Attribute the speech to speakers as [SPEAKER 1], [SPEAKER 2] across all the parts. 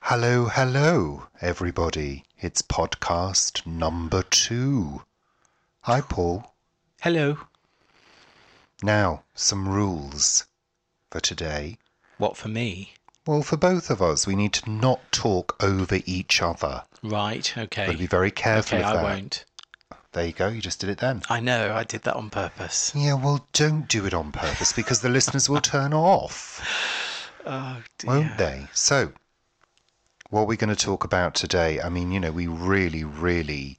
[SPEAKER 1] Hello, hello, everybody. It's podcast number two. Hi, Paul.
[SPEAKER 2] Hello.
[SPEAKER 1] Now, some rules for today.
[SPEAKER 2] What for me?
[SPEAKER 1] Well, for both of us, we need to not talk over each other.
[SPEAKER 2] Right,
[SPEAKER 1] Gotta be
[SPEAKER 2] okay.
[SPEAKER 1] very careful
[SPEAKER 2] Okay,
[SPEAKER 1] of
[SPEAKER 2] I
[SPEAKER 1] that.
[SPEAKER 2] won't.
[SPEAKER 1] There you go, you just did it then.
[SPEAKER 2] I know, I did that on purpose.
[SPEAKER 1] Yeah, well, don't do it on purpose because the listeners will turn off,
[SPEAKER 2] Oh,
[SPEAKER 1] won't
[SPEAKER 2] dear.
[SPEAKER 1] they? So, what are we going to talk about today? I mean, you know, we really, really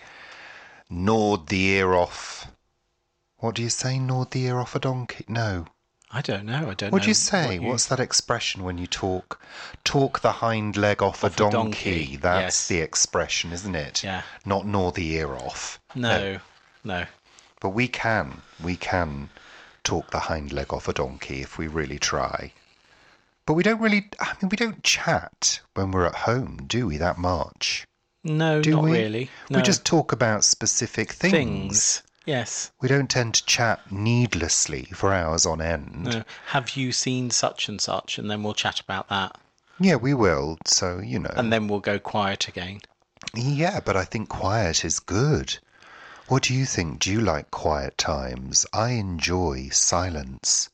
[SPEAKER 1] gnawed the ear off. What do you say, gnawed the ear off a donkey? No.
[SPEAKER 2] I don't know. I don't
[SPEAKER 1] What
[SPEAKER 2] know.
[SPEAKER 1] do you say?
[SPEAKER 2] you-
[SPEAKER 1] What's that expression when you talk? Talk the hind leg off, a,
[SPEAKER 2] Off a
[SPEAKER 1] donkey.
[SPEAKER 2] donkey,
[SPEAKER 1] That's
[SPEAKER 2] yes.
[SPEAKER 1] the expression, isn't it?
[SPEAKER 2] Yeah.
[SPEAKER 1] Not gnaw the ear off.
[SPEAKER 2] No, no.
[SPEAKER 1] But we can, we can talk the hind leg off a donkey if we really try. But we don't really, I mean, we don't chat when we're at home, do we, that much?
[SPEAKER 2] No,
[SPEAKER 1] Do
[SPEAKER 2] not
[SPEAKER 1] we?
[SPEAKER 2] really. No.
[SPEAKER 1] We just talk about specific things.
[SPEAKER 2] things. Yes.
[SPEAKER 1] We don't tend to chat needlessly for hours on end.
[SPEAKER 2] No. Have you seen such and such? And then we'll chat about that.
[SPEAKER 1] Yeah, we will. So, you know.
[SPEAKER 2] And then we'll go quiet again.
[SPEAKER 1] Yeah, but I think quiet is good. What do you think? Do you like quiet times? I enjoy silence.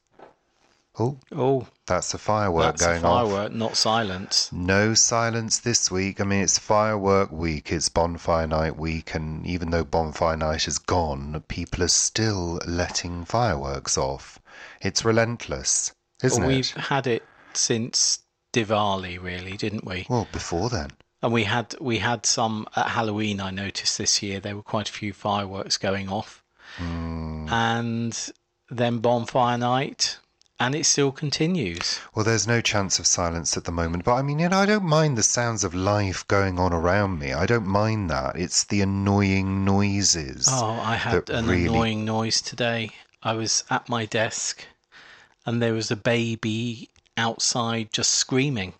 [SPEAKER 1] Oh,
[SPEAKER 2] Oh,
[SPEAKER 1] that's a firework
[SPEAKER 2] that's
[SPEAKER 1] going
[SPEAKER 2] a
[SPEAKER 1] off.
[SPEAKER 2] firework, not silence.
[SPEAKER 1] No silence this week. I mean, it's firework week, it's bonfire night week, and even though bonfire night is gone, people are still letting fireworks off. It's relentless, isn't
[SPEAKER 2] We've
[SPEAKER 1] it?
[SPEAKER 2] had it since Diwali, really, didn't we?
[SPEAKER 1] Well, before then.
[SPEAKER 2] And we had we had some at Halloween. I noticed this year there were quite a few fireworks going off, and then bonfire night, and it still continues.
[SPEAKER 1] Well, there's no chance of silence at the moment, but I mean, you know, I don't mind the sounds of life going on around me. I don't mind that. It's the annoying noises.
[SPEAKER 2] Oh, I had
[SPEAKER 1] That
[SPEAKER 2] an
[SPEAKER 1] really-
[SPEAKER 2] annoying noise today. I was at my desk, and there was a baby outside just screaming,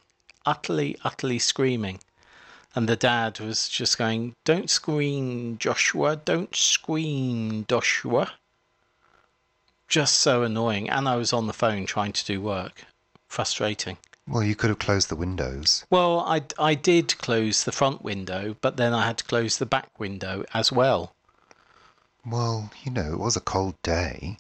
[SPEAKER 2] utterly, utterly screaming. And the dad was just going, Don't scream, Joshua. Don't scream, Joshua. Just so annoying. And I was on the phone trying to do work. Frustrating.
[SPEAKER 1] Well, you could have closed the windows.
[SPEAKER 2] Well, I, I did close the front window, but then I had to close the back window as well.
[SPEAKER 1] Well, you know, it was a cold day.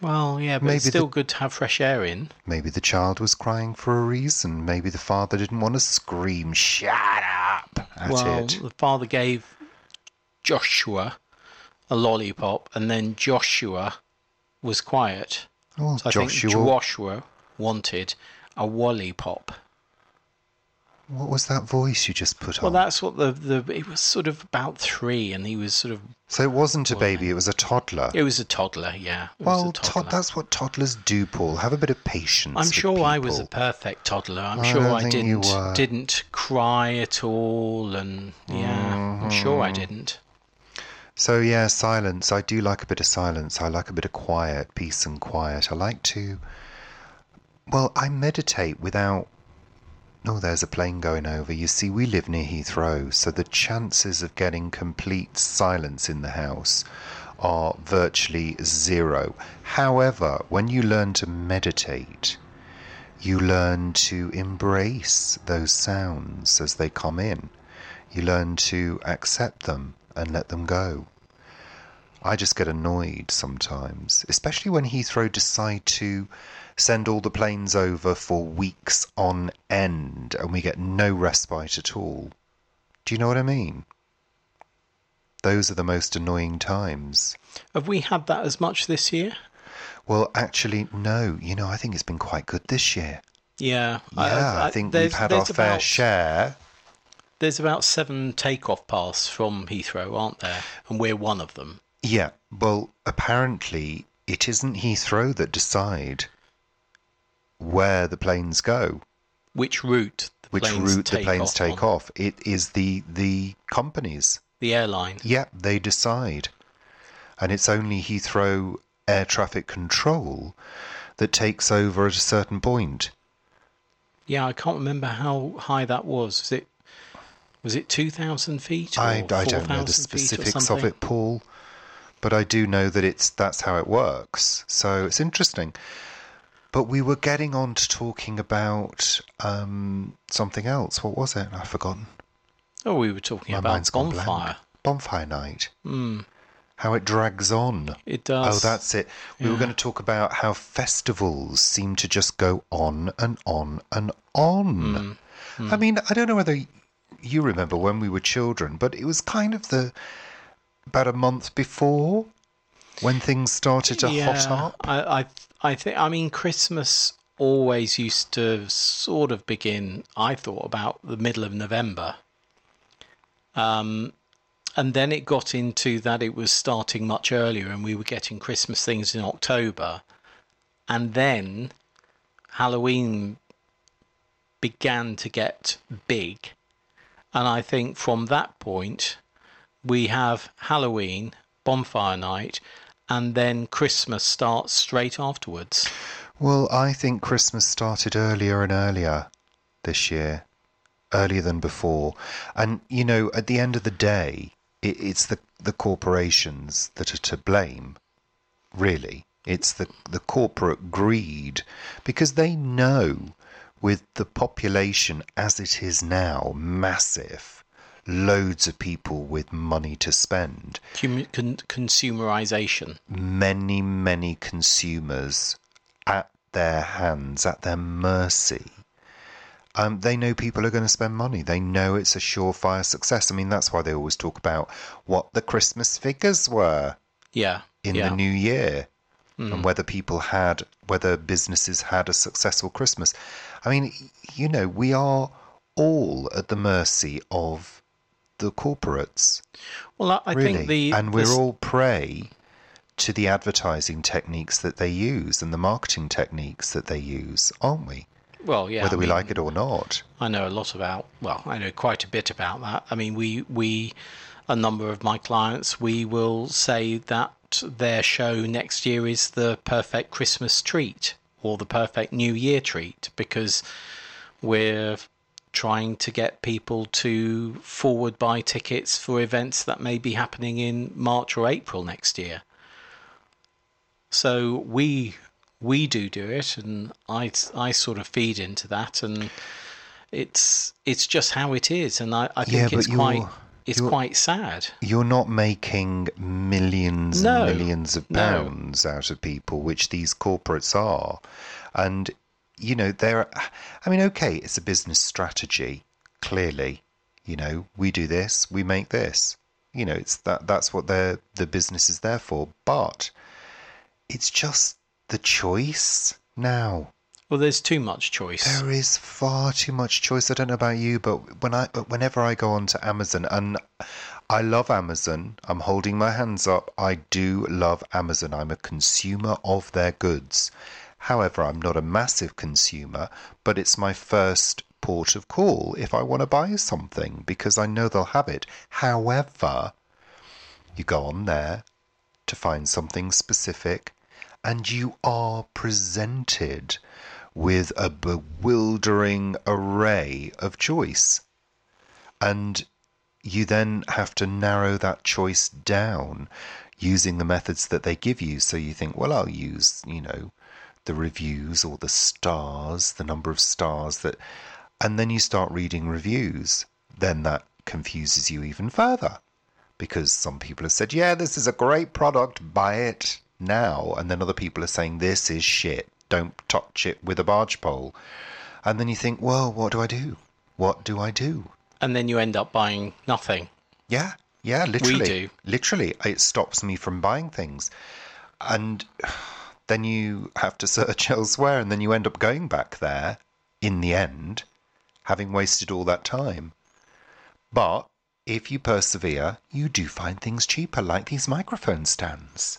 [SPEAKER 2] Well, yeah, but
[SPEAKER 1] Maybe
[SPEAKER 2] it's
[SPEAKER 1] the-
[SPEAKER 2] still good to have fresh air in.
[SPEAKER 1] Maybe the child was crying for a reason. Maybe the father didn't want to scream, shut up, at
[SPEAKER 2] well,
[SPEAKER 1] it.
[SPEAKER 2] the father gave Joshua a lollipop, and then Joshua was quiet.
[SPEAKER 1] Oh,
[SPEAKER 2] So I
[SPEAKER 1] Joshua,
[SPEAKER 2] think Joshua wanted a wally pop.
[SPEAKER 1] what was that voice you just put
[SPEAKER 2] Well,
[SPEAKER 1] on?
[SPEAKER 2] that's what the, the it was sort of about three, and he was sort of
[SPEAKER 1] so it wasn't a baby, it was a toddler.
[SPEAKER 2] it was a toddler, yeah. It was
[SPEAKER 1] well,
[SPEAKER 2] a
[SPEAKER 1] tod-
[SPEAKER 2] toddler.
[SPEAKER 1] that's what toddlers do, Paul. Have a bit of patience.
[SPEAKER 2] I'm
[SPEAKER 1] with
[SPEAKER 2] sure I was a
[SPEAKER 1] people.
[SPEAKER 2] perfect toddler. I'm
[SPEAKER 1] I
[SPEAKER 2] sure
[SPEAKER 1] don't
[SPEAKER 2] I
[SPEAKER 1] think you
[SPEAKER 2] didn't
[SPEAKER 1] were.
[SPEAKER 2] didn't cry at all, and yeah, I'm sure
[SPEAKER 1] Mm-hmm.
[SPEAKER 2] I didn't.
[SPEAKER 1] So yeah, silence. I do like a bit of silence. I like a bit of quiet, peace and quiet. I like to well, I meditate without Oh, there's a plane going over. You see, we live near Heathrow, so the chances of getting complete silence in the house are virtually zero. However, when you learn to meditate, you learn to embrace those sounds as they come in. You learn to accept them and let them go. I just get annoyed sometimes, especially when Heathrow decide to send all the planes over for weeks on end and we get no respite at all. Do you know what I mean? Those are the most annoying times.
[SPEAKER 2] Have we had that as much this year?
[SPEAKER 1] Well, actually, no. You know, I think it's been quite good this year.
[SPEAKER 2] Yeah,
[SPEAKER 1] Yeah, I, think we've
[SPEAKER 2] there's-
[SPEAKER 1] had our
[SPEAKER 2] there's
[SPEAKER 1] fair
[SPEAKER 2] about-
[SPEAKER 1] share.
[SPEAKER 2] There's about seven takeoff paths from Heathrow, aren't there? And we're one of them.
[SPEAKER 1] Yeah, well, apparently it isn't Heathrow that decide where the planes go.
[SPEAKER 2] Which route? The
[SPEAKER 1] which
[SPEAKER 2] planes
[SPEAKER 1] route the planes take
[SPEAKER 2] on?
[SPEAKER 1] off. It is the the companies.
[SPEAKER 2] The airline.
[SPEAKER 1] Yeah, they decide, and it's only Heathrow Air Traffic Control that takes over at a certain point.
[SPEAKER 2] Yeah, I can't remember how high that was. Was it? Was it two thousand feet? Or
[SPEAKER 1] I, I don't know
[SPEAKER 2] 4,000 feet
[SPEAKER 1] the
[SPEAKER 2] or
[SPEAKER 1] specifics of
[SPEAKER 2] something?
[SPEAKER 1] it, Paul, but I do know that it's that's how it works. So it's interesting. But we were getting on to talking about um, something else. What was it? I've forgotten.
[SPEAKER 2] Oh, we were talking
[SPEAKER 1] My mind's
[SPEAKER 2] about
[SPEAKER 1] gone
[SPEAKER 2] bonfire.
[SPEAKER 1] blank. Bonfire night. How it drags on.
[SPEAKER 2] Hmm. It
[SPEAKER 1] Oh,
[SPEAKER 2] does.
[SPEAKER 1] that's it. We were
[SPEAKER 2] yeah.
[SPEAKER 1] going to talk about how festivals seem to just go on and on and on.
[SPEAKER 2] Hmm.
[SPEAKER 1] I mean, I don't know whether you remember when we were children, but it was kind of the about a month before when things started to hot up.
[SPEAKER 2] I, I, I think. I mean, Christmas always used to sort of begin. I thought about the middle of November, um, and then it got into that it was starting much earlier, and we were getting Christmas things in October, and then Halloween began to get big, and I think from that point we have Halloween, bonfire night, and then Christmas starts straight afterwards.
[SPEAKER 1] Well, I think Christmas started earlier and earlier this year, earlier than before. And, you know, at the end of the day, it, it's the, the corporations that are to blame, really. It's the, the corporate greed because they know with the population as it is now, massive, loads of people with money to spend,
[SPEAKER 2] Cum- con- consumerization.
[SPEAKER 1] many, many consumers at their hands, at their mercy. Um, they know people are going to spend money. They know it's a surefire success. I mean, that's why they always talk about what the Christmas figures were
[SPEAKER 2] Yeah.
[SPEAKER 1] in
[SPEAKER 2] yeah.
[SPEAKER 1] the new year and whether people had, whether businesses had a successful Christmas. I mean, you know, we are all at the mercy of the corporates
[SPEAKER 2] well, I, I
[SPEAKER 1] really
[SPEAKER 2] think the
[SPEAKER 1] and we're
[SPEAKER 2] the s-
[SPEAKER 1] all prey to the advertising techniques that they use and the marketing techniques that they use aren't we
[SPEAKER 2] well, yeah.
[SPEAKER 1] whether
[SPEAKER 2] I
[SPEAKER 1] we
[SPEAKER 2] mean,
[SPEAKER 1] like it or not
[SPEAKER 2] I know a lot about. Well, I know quite a bit about that. I mean, we we a number of my clients we will say that their show next year is the perfect Christmas treat or the perfect New Year treat because we're trying to get people to forward buy tickets for events that may be happening in March or April next year. So we we do do it, and I I sort of feed into that, and it's it's just how it is, and I, I think
[SPEAKER 1] Yeah,
[SPEAKER 2] it's
[SPEAKER 1] but
[SPEAKER 2] quite
[SPEAKER 1] you're-
[SPEAKER 2] it's
[SPEAKER 1] you're-
[SPEAKER 2] quite sad.
[SPEAKER 1] you're not making millions
[SPEAKER 2] No,
[SPEAKER 1] and millions of
[SPEAKER 2] no.
[SPEAKER 1] pounds out of people which these corporates are and you know they're i mean okay it's a business strategy clearly you know we do this we make this you know it's that that's what they're the business is there for but it's just the choice now
[SPEAKER 2] Well, there's too much choice.
[SPEAKER 1] there is far too much choice. I don't know about you, but when I but whenever I go onto Amazon and I love Amazon, I'm holding my hands up. I do love Amazon. I'm a consumer of their goods. However, I'm not a massive consumer, but it's my first port of call if I want to buy something because I know they'll have it. However, you go on there to find something specific, and you are presented with a bewildering array of choice. And you then have to narrow that choice down using the methods that they give you. So you think, well, I'll use, you know, the reviews or the stars, the number of stars that. And then you start reading reviews. Then that confuses you even further because some people have said, yeah, this is a great product, buy it now. And then other people are saying, this is shit, don't touch it with a barge pole. And then you think, well, what do I do? What do I do?
[SPEAKER 2] and then you end up buying nothing.
[SPEAKER 1] Yeah, yeah, literally.
[SPEAKER 2] do.
[SPEAKER 1] Literally, it stops me from buying things. And then you have to search elsewhere, and then you end up going back there in the end, having wasted all that time. But if you persevere, you do find things cheaper, like these microphone stands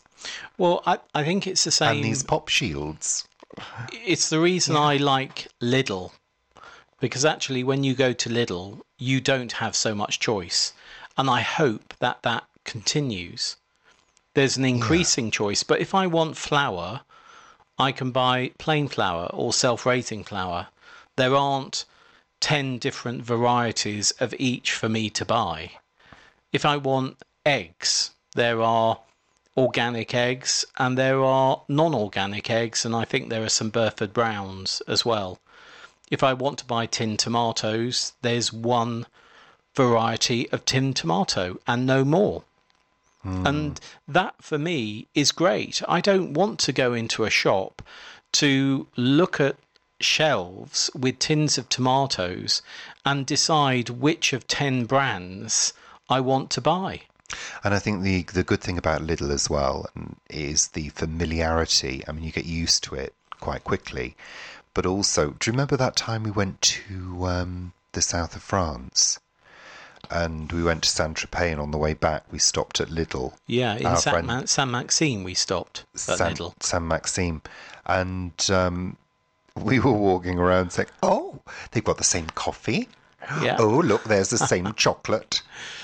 [SPEAKER 2] Well, I, I think it's the same.
[SPEAKER 1] and these pop shields.
[SPEAKER 2] It's the reason I like Lidl because actually, when you go to Lidl, you don't have so much choice, and I hope that that continues. There's an increasing choice, but if I want flour, I can buy plain flour or self-raising flour. There aren't ten different varieties of each for me to buy. If I want eggs, there are organic eggs and there are non organic eggs, and I think there are some Burford Browns as well. If I want to buy tin tomatoes, there's one variety of tin tomato and no more. And that for me is great. I don't want to go into a shop to look at shelves with tins of tomatoes and decide which of 10 brands I want to buy.
[SPEAKER 1] And I think the the good thing about Lidl as well mm, is the familiarity. I mean, you get used to it quite quickly. But also, do you remember that time we went to um, the south of France? And we went to Saint Tropez, and on the way back, we stopped at Lidl,
[SPEAKER 2] Yeah, in
[SPEAKER 1] Our
[SPEAKER 2] San,
[SPEAKER 1] friend-
[SPEAKER 2] Ma- San Maxime, we stopped at
[SPEAKER 1] San,
[SPEAKER 2] Lidl.
[SPEAKER 1] San Maxime. And um, we were walking around saying, Oh, they've got the same coffee.
[SPEAKER 2] Yeah.
[SPEAKER 1] Oh, look, there's the same chocolate.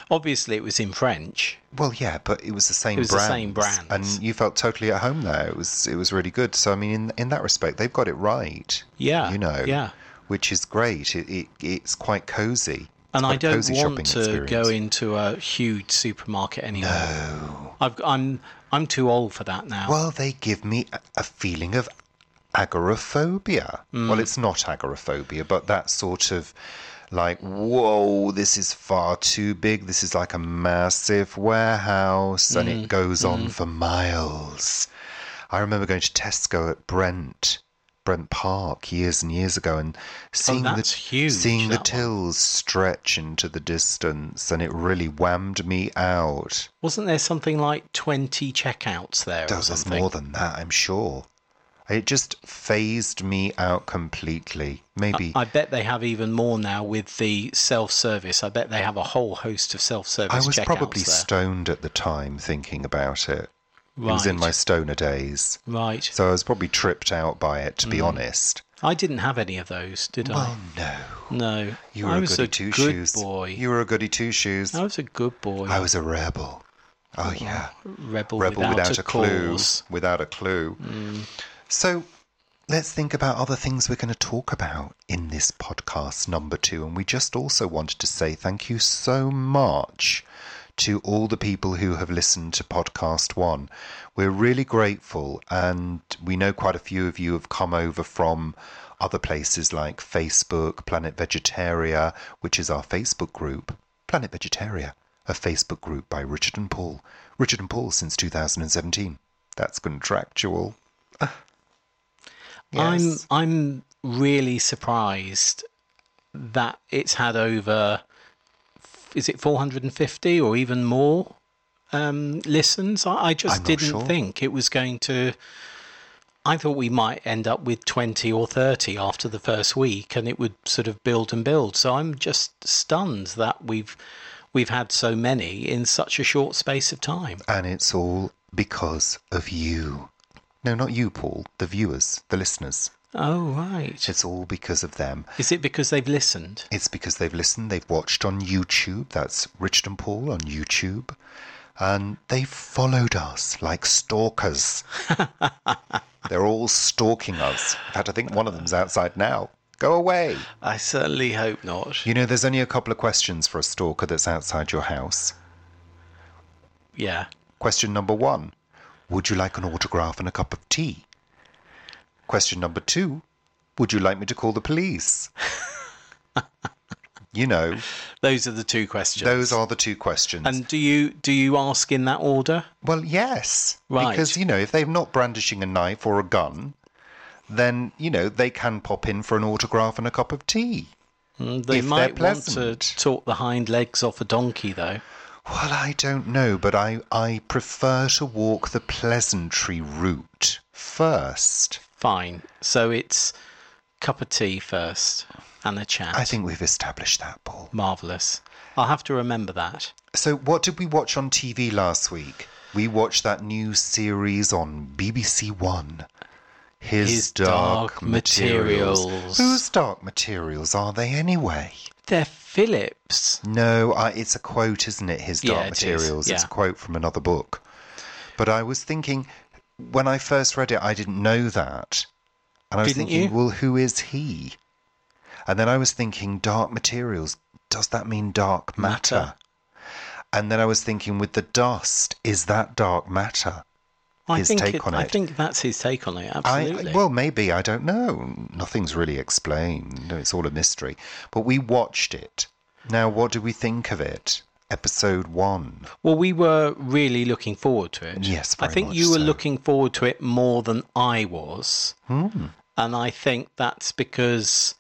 [SPEAKER 2] Obviously, it was in French.
[SPEAKER 1] Well, yeah, but it was the same.
[SPEAKER 2] was the
[SPEAKER 1] brands,
[SPEAKER 2] same brands.
[SPEAKER 1] and you felt totally at home there. It was it was really good. So I mean, in in that respect, they've got it right.
[SPEAKER 2] Yeah,
[SPEAKER 1] you know,
[SPEAKER 2] yeah.
[SPEAKER 1] which is great. It, it it's quite cozy.
[SPEAKER 2] And
[SPEAKER 1] It's
[SPEAKER 2] I
[SPEAKER 1] quite a
[SPEAKER 2] don't
[SPEAKER 1] cozy shopping
[SPEAKER 2] want to go
[SPEAKER 1] experience.
[SPEAKER 2] into a huge supermarket anymore. I've, I'm I'm too old for that now.
[SPEAKER 1] Well, they give me a, a feeling of agoraphobia.
[SPEAKER 2] Hmm.
[SPEAKER 1] Well, it's not agoraphobia, but that sort of like, whoa, this is far too big. This is like a massive warehouse, and it
[SPEAKER 2] Hmm.
[SPEAKER 1] goes on for miles. I remember going to Tesco at Brent. Brent Park years and years ago, and seeing
[SPEAKER 2] Oh, that's
[SPEAKER 1] the
[SPEAKER 2] huge,
[SPEAKER 1] seeing the
[SPEAKER 2] that one.
[SPEAKER 1] tills stretch into the distance, and it really whammed me out.
[SPEAKER 2] Wasn't there something like twenty checkouts there or
[SPEAKER 1] Does there's
[SPEAKER 2] something?
[SPEAKER 1] more than that, I'm sure. It just phased me out completely. Maybe
[SPEAKER 2] I bet they have even more now with the self-service. I bet they have a whole host of
[SPEAKER 1] I
[SPEAKER 2] self-service.
[SPEAKER 1] was
[SPEAKER 2] checkouts
[SPEAKER 1] probably
[SPEAKER 2] there.
[SPEAKER 1] stoned at the time thinking about it.
[SPEAKER 2] right.
[SPEAKER 1] It was in my stoner days.
[SPEAKER 2] right.
[SPEAKER 1] So I was probably tripped out by it, to be honest.
[SPEAKER 2] I didn't have any of those, did
[SPEAKER 1] Well, no.
[SPEAKER 2] I? Mm. Oh, No.
[SPEAKER 1] You were
[SPEAKER 2] I
[SPEAKER 1] a
[SPEAKER 2] was
[SPEAKER 1] goody
[SPEAKER 2] a
[SPEAKER 1] two
[SPEAKER 2] good
[SPEAKER 1] shoes.
[SPEAKER 2] boy.
[SPEAKER 1] You were a goody two shoes.
[SPEAKER 2] I was a good boy.
[SPEAKER 1] I was a rebel. Oh, yeah.
[SPEAKER 2] rebel,
[SPEAKER 1] Rebel
[SPEAKER 2] Mm. without,
[SPEAKER 1] without,
[SPEAKER 2] a,
[SPEAKER 1] a clue.
[SPEAKER 2] cause. Mm.
[SPEAKER 1] Without a clue. So let's think about other things we're going to talk about in this podcast number two. And we just also wanted to say thank you so much to all the people who have listened to podcast one. We're really grateful. And we know quite a few of you have come over from other places like Facebook, Planet Vegetaria, which is our Facebook group, Planet Vegetaria. A Facebook group by Richard and Paul. Richard and Paul since 2017. That's contractual. Yes.
[SPEAKER 2] I'm I'm really surprised that it's had over is it 450 or even more um, listens. I, I just
[SPEAKER 1] I'm not
[SPEAKER 2] didn't
[SPEAKER 1] sure.
[SPEAKER 2] think it was going to. I thought we might end up with 20 or 30 after the first week, and it would sort of build and build. So I'm just stunned that we've we've had so many in such a short space of time.
[SPEAKER 1] And it's all because of you. No, not you, Paul. The viewers, the listeners.
[SPEAKER 2] Oh right,
[SPEAKER 1] It's all because of them.
[SPEAKER 2] is it because they've listened?
[SPEAKER 1] It's because they've listened, they've watched on YouTube. That's Richard and Paul on YouTube. And they've followed us like stalkers. They're all stalking us. In fact, I think one of them's outside now. Go away.
[SPEAKER 2] I certainly hope not.
[SPEAKER 1] You know, there's only a couple of questions for a stalker that's outside your house.
[SPEAKER 2] Yeah.
[SPEAKER 1] Question number one Would you like an autograph and a cup of tea? Question number two Would you like me to call the police? you know,
[SPEAKER 2] Those are the two questions.
[SPEAKER 1] those are the two questions.
[SPEAKER 2] and do you do you ask in that order?
[SPEAKER 1] well, yes.
[SPEAKER 2] Right.
[SPEAKER 1] Because, you know, if they're not brandishing a knife or a gun, then, you know, they can pop in for an autograph and a cup of tea.
[SPEAKER 2] Mm, They
[SPEAKER 1] If they're
[SPEAKER 2] might want to
[SPEAKER 1] pleasant.
[SPEAKER 2] talk the hind legs off a donkey, though.
[SPEAKER 1] Well, I don't know, but I, I prefer to walk the pleasantry route first.
[SPEAKER 2] Fine. So it's cup of tea first and a chat.
[SPEAKER 1] I think we've established that, Paul.
[SPEAKER 2] Marvelous. I'll have to remember that.
[SPEAKER 1] So, what did we watch on TV last week? We watched that new series on BBC One. His,
[SPEAKER 2] His Dark Materials.
[SPEAKER 1] Whose dark materials are they anyway?
[SPEAKER 2] They're Phillips.
[SPEAKER 1] No, I, it's a quote, isn't it? His
[SPEAKER 2] Yeah,
[SPEAKER 1] dark
[SPEAKER 2] it is,
[SPEAKER 1] materials. It's
[SPEAKER 2] yeah.
[SPEAKER 1] a quote from another book. But I was thinking, when I first read it, I didn't know that. And I was
[SPEAKER 2] Didn't
[SPEAKER 1] thinking,
[SPEAKER 2] you?
[SPEAKER 1] well, who is he? And then I was thinking, dark materials, does that mean dark matter?
[SPEAKER 2] Matter.
[SPEAKER 1] And then I was thinking, with the dust, is that dark matter?
[SPEAKER 2] I
[SPEAKER 1] His
[SPEAKER 2] think
[SPEAKER 1] take on
[SPEAKER 2] I
[SPEAKER 1] it.
[SPEAKER 2] think that's his take on it.
[SPEAKER 1] I,
[SPEAKER 2] Absolutely.
[SPEAKER 1] well, maybe I don't know. Nothing's really explained. It's all a mystery. But we watched it. Now, what do we think of it? Episode one.
[SPEAKER 2] Well, we were really looking forward to it.
[SPEAKER 1] Yes,
[SPEAKER 2] I
[SPEAKER 1] very
[SPEAKER 2] think
[SPEAKER 1] much
[SPEAKER 2] you were
[SPEAKER 1] so.
[SPEAKER 2] looking forward to it more than I was,
[SPEAKER 1] Hmm.
[SPEAKER 2] and I think that's because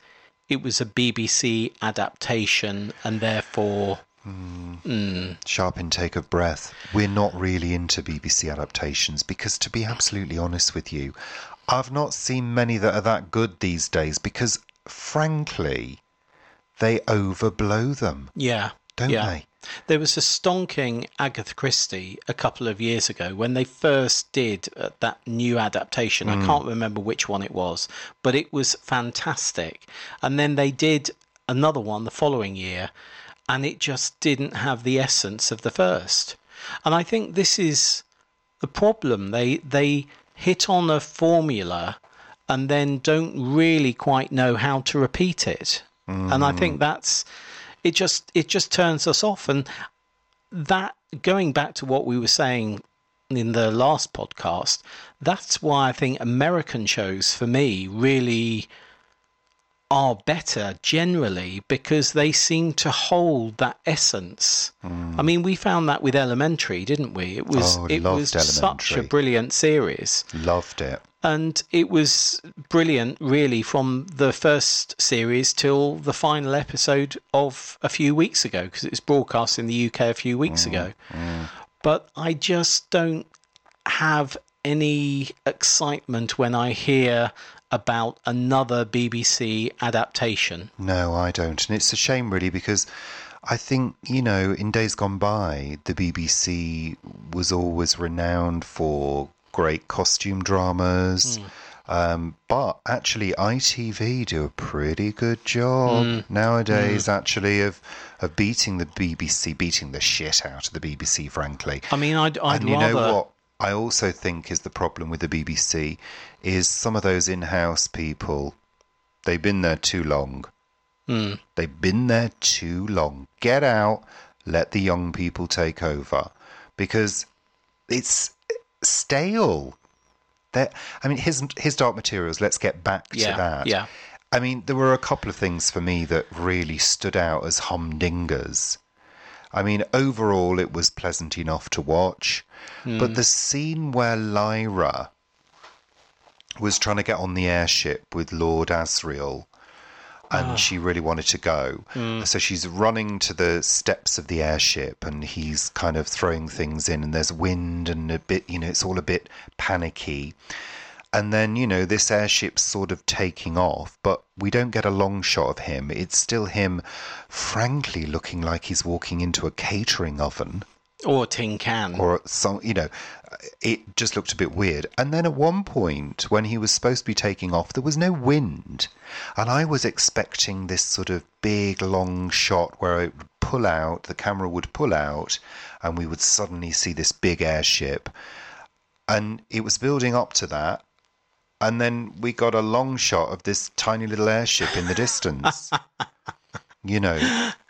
[SPEAKER 2] it was a BBC adaptation, and therefore,
[SPEAKER 1] Sharp intake of breath. We're not really into BBC adaptations because, to be absolutely honest with you, I've not seen many that are that good these days because, frankly, they overblow them,
[SPEAKER 2] yeah,
[SPEAKER 1] don't
[SPEAKER 2] yeah.
[SPEAKER 1] they?
[SPEAKER 2] There was a stonking Agatha Christie a couple of years ago when they first did uh, that new adaptation.
[SPEAKER 1] Hmm.
[SPEAKER 2] I can't remember which one it was, but it was fantastic. And then they did another one the following year, and it just didn't have the essence of the first. And I think this is the problem. They they hit on a formula and then don't really quite know how to repeat it. And I think that's it just it just turns us off and that going back to what we were saying in the last podcast that's why i think american shows for me really are better generally because they seem to hold that essence i mean we found that with elementary didn't we it was
[SPEAKER 1] Mm. Oh,
[SPEAKER 2] it was
[SPEAKER 1] loved
[SPEAKER 2] such a
[SPEAKER 1] Elementary.
[SPEAKER 2] brilliant series
[SPEAKER 1] Loved it.
[SPEAKER 2] and it was brilliant really from the first series till the final episode of a few weeks ago because it was broadcast in the UK a few
[SPEAKER 1] Mm,
[SPEAKER 2] weeks ago but I just don't have any excitement when I hear about another BBC adaptation
[SPEAKER 1] No, I don't. And it's a shame, really, because I think, you know, in days gone by, the BBC was always renowned for great costume dramas. Um, but actually, ITV do a pretty good job nowadays, actually, of of beating the BBC, beating the shit out of the BBC, frankly.
[SPEAKER 2] I mean I'd, I'd
[SPEAKER 1] And you
[SPEAKER 2] rather
[SPEAKER 1] know what I also think is the problem with the BBC is some of those in-house people they've been there too long.
[SPEAKER 2] Hmm.
[SPEAKER 1] They've been there too long. Get out, let the young people take over because it's stale. They're, I mean his his dark materials, let's get back to
[SPEAKER 2] Yeah,
[SPEAKER 1] that.
[SPEAKER 2] yeah.
[SPEAKER 1] I mean, there were a couple of things for me that really stood out as humdingers. I mean, overall, it was pleasant enough to watch. But the scene where Lyra was trying to get on the airship with Lord Asriel and she really wanted to go. So she's running to the steps of the airship and he's kind of throwing things in, and there's wind and a bit, you know, it's all a bit panicky. And then, you know, this airship's sort of taking off, but we don't get a long shot of him. It's still him, frankly, looking like he's walking into a catering oven
[SPEAKER 2] or tin can
[SPEAKER 1] or some you know it just looked a bit weird and then at one point when he was supposed to be taking off there was no wind and i was expecting this sort of big long shot where it would pull out the camera would pull out and we would suddenly see this big airship and it was building up to that and then we got a long shot of this tiny little airship in the distance you know,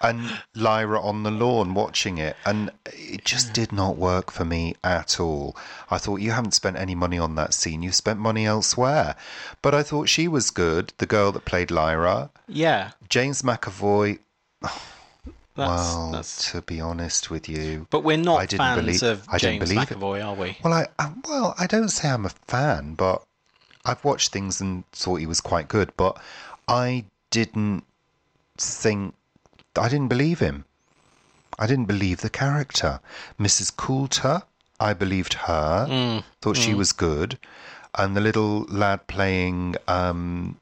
[SPEAKER 1] and Lyra on the lawn watching it. And it just did not work for me at all. I thought, you haven't spent any money on that scene. You've spent money elsewhere. But I thought she was good, the girl that played Lyra.
[SPEAKER 2] yeah
[SPEAKER 1] James McAvoy,
[SPEAKER 2] that's,
[SPEAKER 1] well,
[SPEAKER 2] that's
[SPEAKER 1] to be honest with you.
[SPEAKER 2] but we're not
[SPEAKER 1] I didn't
[SPEAKER 2] fans
[SPEAKER 1] believe-
[SPEAKER 2] of
[SPEAKER 1] I didn't
[SPEAKER 2] James
[SPEAKER 1] believe it.
[SPEAKER 2] McAvoy are we
[SPEAKER 1] Well, I, I well, I don't say I'm a fan, but I've watched things and thought he was quite good, but I didn't think I didn't believe him. I didn't believe the character. Mrs. Coulter, I believed her,
[SPEAKER 2] Mm,
[SPEAKER 1] thought she was good, and the little lad playing um,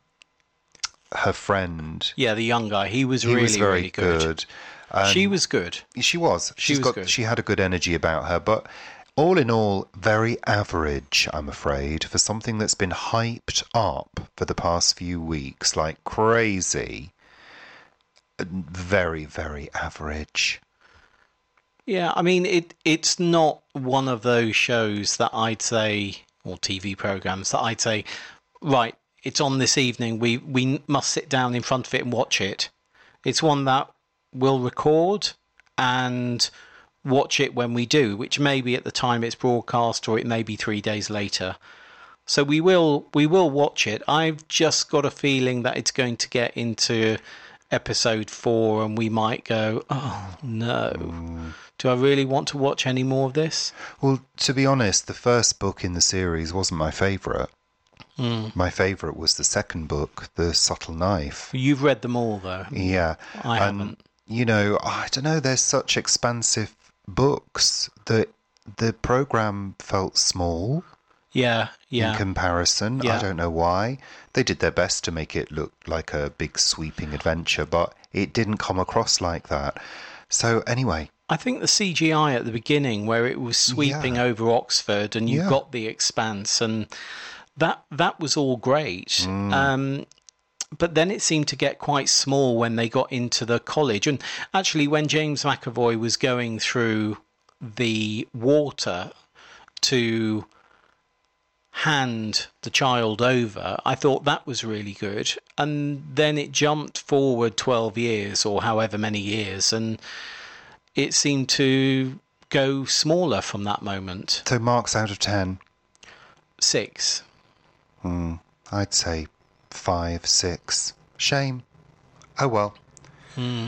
[SPEAKER 1] her friend,
[SPEAKER 2] yeah the young guy he was
[SPEAKER 1] he
[SPEAKER 2] really
[SPEAKER 1] was very
[SPEAKER 2] really good,
[SPEAKER 1] good.
[SPEAKER 2] she was good
[SPEAKER 1] She was. She's
[SPEAKER 2] was
[SPEAKER 1] got.
[SPEAKER 2] good.
[SPEAKER 1] She had a good energy about her, but all in all, very average. I'm afraid for something that's been hyped up for the past few weeks like crazy. Very, very average.
[SPEAKER 2] Yeah, I mean it it's not one of those shows that I'd say or TV programs that I'd say right, it's on this evening we we must sit down in front of it and watch it. It's one that we'll record and watch it when we do, which may be at the time it's broadcast or it may be three days later. So we will we will watch it. I've just got a feeling that it's going to get into episode four and we might go, Oh no. Do I really want to watch any more of this?
[SPEAKER 1] Well, to be honest, the first book in the series wasn't my favourite.
[SPEAKER 2] Hmm.
[SPEAKER 1] My favourite was the second book, The Subtle Knife.
[SPEAKER 2] You've read them all though.
[SPEAKER 1] Yeah.
[SPEAKER 2] I haven't.
[SPEAKER 1] You know, I don't know, they're such expansive books that the programme felt small
[SPEAKER 2] Yeah,
[SPEAKER 1] in
[SPEAKER 2] yeah.
[SPEAKER 1] comparison. I
[SPEAKER 2] Yeah.
[SPEAKER 1] don't know why. They did their best to make it look like a big sweeping adventure, but it didn't come across like that. So, anyway,
[SPEAKER 2] I think the CGI at the beginning, where it was sweeping
[SPEAKER 1] Yeah.
[SPEAKER 2] over Oxford, and you
[SPEAKER 1] Yeah.
[SPEAKER 2] got the expanse, and that that was all great.
[SPEAKER 1] Mm.
[SPEAKER 2] Um, but then it seemed to get quite small when they got into the college, and actually, when James McAvoy was going through the water to hand the child over, I thought that was really good, and then it jumped forward twelve years or however many years, and it seemed to go smaller from that moment.
[SPEAKER 1] so marks out of 10,
[SPEAKER 2] Six.
[SPEAKER 1] I'd say five, six. Shame. Oh well.
[SPEAKER 2] Hmm.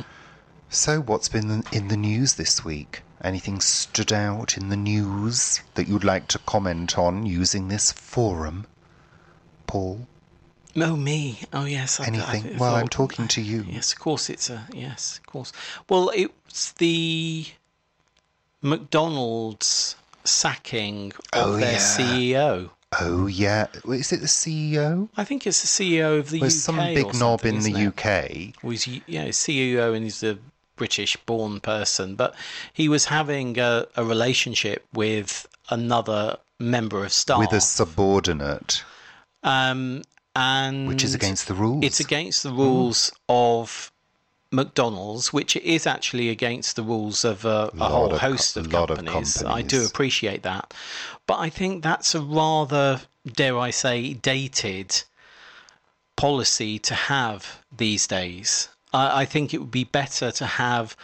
[SPEAKER 1] So, what's been in the news this week? Anything stood out in the news that you'd like to comment on using this forum, Paul?
[SPEAKER 2] Oh me. Oh yes. I- I
[SPEAKER 1] Anything? Well, I'm
[SPEAKER 2] thought-
[SPEAKER 1] talking to you.
[SPEAKER 2] Yes, of course. It's a yes, of course. Well, it's the McDonald's sacking of
[SPEAKER 1] Oh,
[SPEAKER 2] their
[SPEAKER 1] yeah.
[SPEAKER 2] CEO.
[SPEAKER 1] Oh yeah, is it the CEO?
[SPEAKER 2] I think it's the CEO of the
[SPEAKER 1] There's
[SPEAKER 2] UK.
[SPEAKER 1] some
[SPEAKER 2] or
[SPEAKER 1] big knob
[SPEAKER 2] something,
[SPEAKER 1] in
[SPEAKER 2] isn't
[SPEAKER 1] the
[SPEAKER 2] it?
[SPEAKER 1] UK.
[SPEAKER 2] was yeah CEO E and he's a British born person, but he was having a, a relationship with another member of staff
[SPEAKER 1] With a subordinate,
[SPEAKER 2] um, and
[SPEAKER 1] which is against the rules.
[SPEAKER 2] Mm, it's against the rules of McDonald's, which is actually against the rules of a, a
[SPEAKER 1] Lot
[SPEAKER 2] whole
[SPEAKER 1] of co-
[SPEAKER 2] host of,
[SPEAKER 1] lot of
[SPEAKER 2] companies. I do
[SPEAKER 1] companies.
[SPEAKER 2] appreciate that, but I think that's a rather, dare I say, dated policy to have these days. I, I think it would be better to have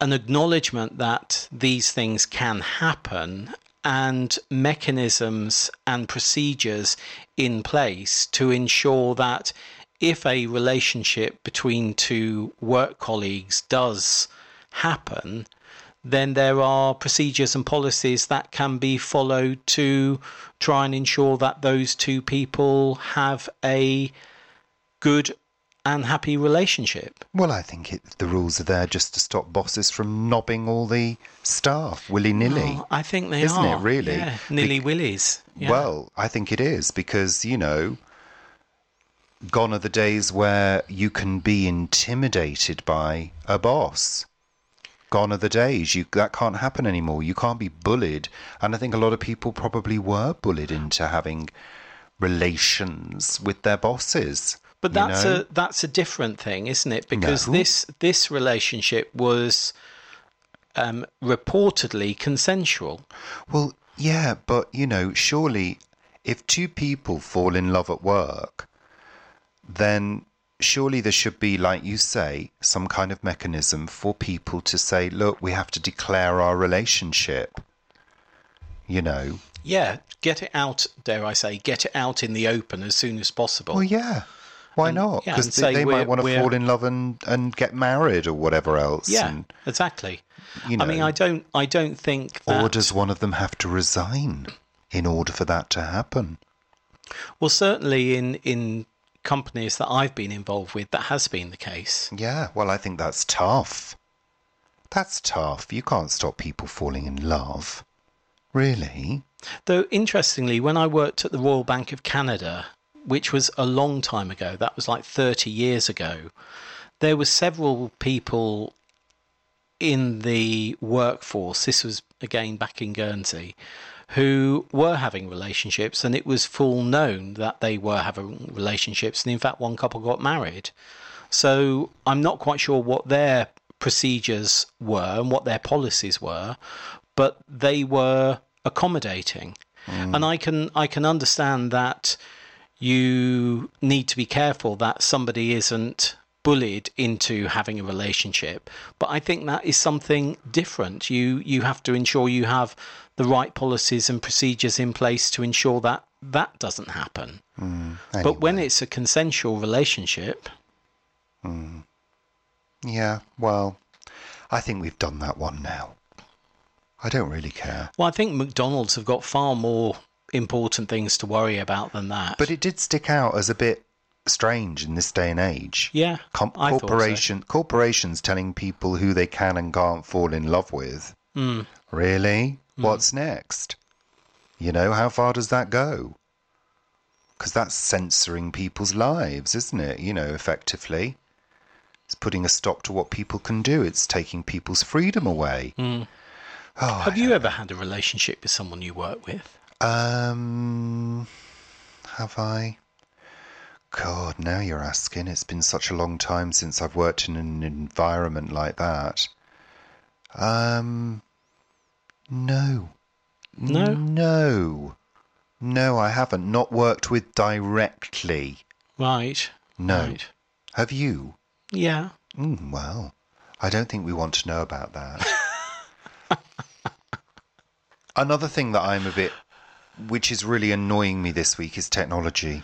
[SPEAKER 2] an acknowledgement that these things can happen and mechanisms and procedures in place to ensure that if a relationship between two work colleagues does happen, then there are procedures and policies that can be followed to try and ensure that those two people have a good and happy relationship.
[SPEAKER 1] Well, I think it, the rules are there just to stop bosses from knobbing all the staff willy nilly.
[SPEAKER 2] Oh, I think they
[SPEAKER 1] Isn't it,
[SPEAKER 2] are.
[SPEAKER 1] really?
[SPEAKER 2] Yeah, nilly willies. Yeah.
[SPEAKER 1] Well, I think it is because, you know, gone are the days where you can be intimidated by a boss. Gone are the days you that can't happen anymore. You can't be bullied, and I think a lot of people probably were bullied into having relations with their bosses.
[SPEAKER 2] But
[SPEAKER 1] you
[SPEAKER 2] that's
[SPEAKER 1] know?
[SPEAKER 2] a that's a different thing, isn't it? Because
[SPEAKER 1] No.
[SPEAKER 2] this this relationship was um, reportedly consensual.
[SPEAKER 1] Well, yeah, but you know, surely if two people fall in love at work, then surely there should be, like you say, some kind of mechanism for people to say, look, we have to declare our relationship. You know?
[SPEAKER 2] Yeah, get it out. Dare I say, get it out in the open as soon as possible.
[SPEAKER 1] Well, yeah. Why not?
[SPEAKER 2] yeah,
[SPEAKER 1] Because
[SPEAKER 2] and
[SPEAKER 1] they,
[SPEAKER 2] say
[SPEAKER 1] they
[SPEAKER 2] we're-
[SPEAKER 1] might want to
[SPEAKER 2] we're-
[SPEAKER 1] fall in love and, and get married or whatever else.
[SPEAKER 2] yeah,
[SPEAKER 1] And,
[SPEAKER 2] exactly.
[SPEAKER 1] you
[SPEAKER 2] I mean,
[SPEAKER 1] know.
[SPEAKER 2] I don't, I don't think that.
[SPEAKER 1] or does one of them have to resign in order for that to happen?
[SPEAKER 2] Well, certainly in in companies that I've been involved with, that has been the case.
[SPEAKER 1] Yeah, well, I think that's tough. That's tough. You can't stop people falling in love. Really?
[SPEAKER 2] Though interestingly, when I worked at the Royal Bank of Canada, which was a long time ago, that was like 30 years ago, there were several people in the workforce, this was again back in Guernsey, who were having relationships, and it was full known that they were having relationships. And in fact, one couple got married. So I'm not quite sure what their procedures were and what their policies were, but they were accommodating. And I can I can understand that you need to be careful that somebody isn't bullied into having a relationship. But I think that is something different. You you have to ensure you have the right policies and procedures in place to ensure that that doesn't happen.
[SPEAKER 1] Hmm,
[SPEAKER 2] But when it's a consensual relationship,
[SPEAKER 1] Yeah, well, I think we've done that one now. I don't really care.
[SPEAKER 2] well, I think McDonald's have got far more important things to worry about than that.
[SPEAKER 1] But it did stick out as a bit strange in this day and age.
[SPEAKER 2] yeah,
[SPEAKER 1] Com-
[SPEAKER 2] I thought so.
[SPEAKER 1] corporation corporations telling people who they can and can't fall in love with.
[SPEAKER 2] Hmm.
[SPEAKER 1] Really? What's next? You know, how far does that go? Because that's censoring people's lives, isn't it? You know, effectively. It's putting a stop to what people can do. It's taking people's freedom away. Oh,
[SPEAKER 2] Have you ever had a relationship with someone you work with?
[SPEAKER 1] Um, have I? God, now you're asking. It's been such a long time since I've worked in an environment like that. Um, no. Mm.
[SPEAKER 2] No?
[SPEAKER 1] No. No, I haven't. Not worked with directly.
[SPEAKER 2] Right.
[SPEAKER 1] No.
[SPEAKER 2] Right.
[SPEAKER 1] Have you?
[SPEAKER 2] Yeah.
[SPEAKER 1] Mm, well, I don't think we want to know about that. Another thing that I'm a bit, which is really annoying me this week, is technology.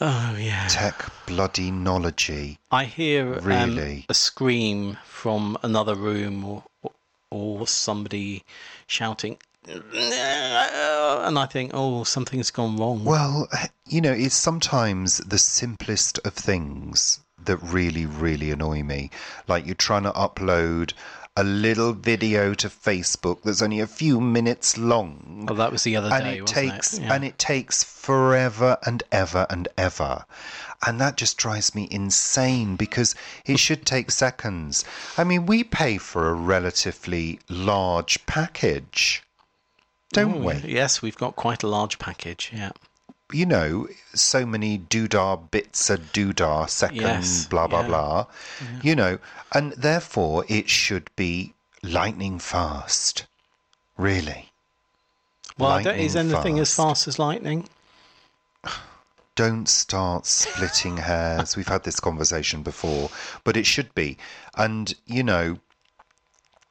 [SPEAKER 2] Oh yeah.
[SPEAKER 1] Tech bloody nology.
[SPEAKER 2] I hear um,
[SPEAKER 1] Really?
[SPEAKER 2] a scream from another room or or somebody shouting and I think oh something's gone wrong.
[SPEAKER 1] Well, you know, it's sometimes the simplest of things that really, really annoy me. Like you're trying to upload a little video to Facebook that's only a few minutes long.
[SPEAKER 2] Oh, that was the other
[SPEAKER 1] and
[SPEAKER 2] day,
[SPEAKER 1] it
[SPEAKER 2] wasn't
[SPEAKER 1] takes
[SPEAKER 2] it? Yeah.
[SPEAKER 1] and it takes forever and ever and ever and that just drives me insane because it should take seconds i mean we pay for a relatively large package don't we
[SPEAKER 2] Oh, Yes, we've got quite a large package. Yeah.
[SPEAKER 1] you know, so many doodah bits a doodah second,
[SPEAKER 2] Yes,
[SPEAKER 1] blah, blah,
[SPEAKER 2] yeah. Mm-hmm.
[SPEAKER 1] blah. You know, and therefore it should be lightning fast, really.
[SPEAKER 2] Well, I don't,
[SPEAKER 1] Lightning
[SPEAKER 2] is anything as
[SPEAKER 1] fast.
[SPEAKER 2] fast as lightning?
[SPEAKER 1] Don't start splitting hairs. We've had this conversation before, but it should be. And, you know,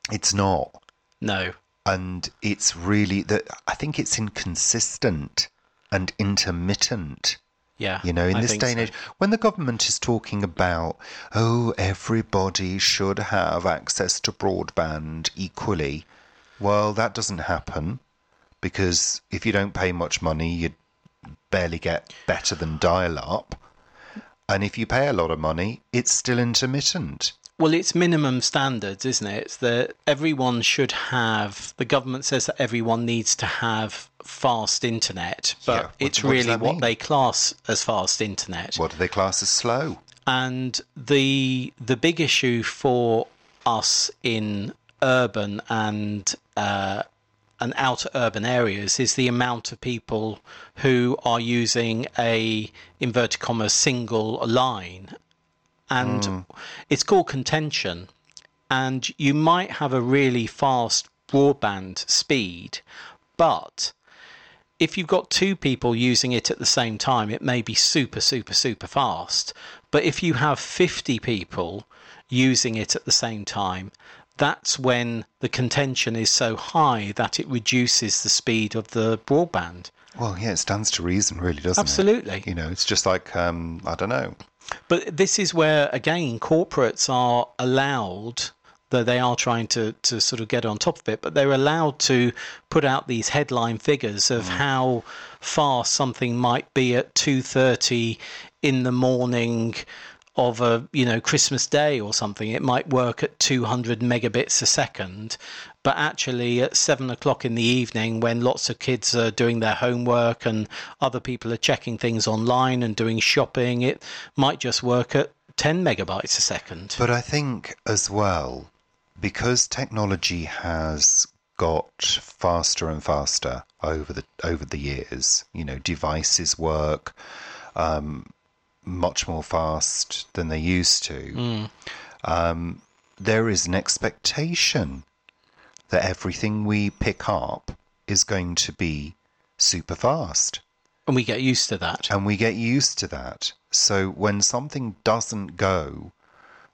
[SPEAKER 1] it's not.
[SPEAKER 2] No.
[SPEAKER 1] And it's really that I think it's inconsistent and intermittent.
[SPEAKER 2] Yeah.
[SPEAKER 1] You know, in
[SPEAKER 2] I
[SPEAKER 1] this
[SPEAKER 2] think
[SPEAKER 1] day and
[SPEAKER 2] so.
[SPEAKER 1] age, when the government is talking about, oh, everybody should have access to broadband equally, well, that doesn't happen because if you don't pay much money, you barely get better than dial up. And if you pay a lot of money, it's still intermittent.
[SPEAKER 2] Well, it's minimum standards, isn't it? It's that everyone should have. The government says that everyone needs to have fast internet, but
[SPEAKER 1] Yeah, what-
[SPEAKER 2] it's
[SPEAKER 1] what does
[SPEAKER 2] really
[SPEAKER 1] that
[SPEAKER 2] what
[SPEAKER 1] mean?
[SPEAKER 2] they class as fast internet.
[SPEAKER 1] What do they class as slow?
[SPEAKER 2] And the the big issue for us in urban and uh, and outer urban areas is the amount of people who are using a inverted commas single line and it's called contention. And you might have a really fast broadband speed, but if you've got two people using it at the same time, it may be super, super, super fast. But if you have 50 people using it at the same time, that's when the contention is so high that it reduces the speed of the broadband.
[SPEAKER 1] Well, yeah, it stands to reason, really, doesn't it?
[SPEAKER 2] Absolutely.
[SPEAKER 1] You know, it's just like, um, I don't know.
[SPEAKER 2] But this is where, again, corporates are allowed, though they are trying to, to sort of get on top of it, but they're allowed to put out these headline figures of how far something might be at 2.30 in the morning of a you know christmas day or something it might work at 200 megabits a second but actually at seven o'clock in the evening when lots of kids are doing their homework and other people are checking things online and doing shopping it might just work at 10 megabytes a second
[SPEAKER 1] But I think as well, because technology has got faster and faster over the over the years, you know, devices work um, much more fast than they used to. Um, there is an expectation that everything we pick up is going to be super fast
[SPEAKER 2] and we get used to that
[SPEAKER 1] and we get used to that. So when something doesn't go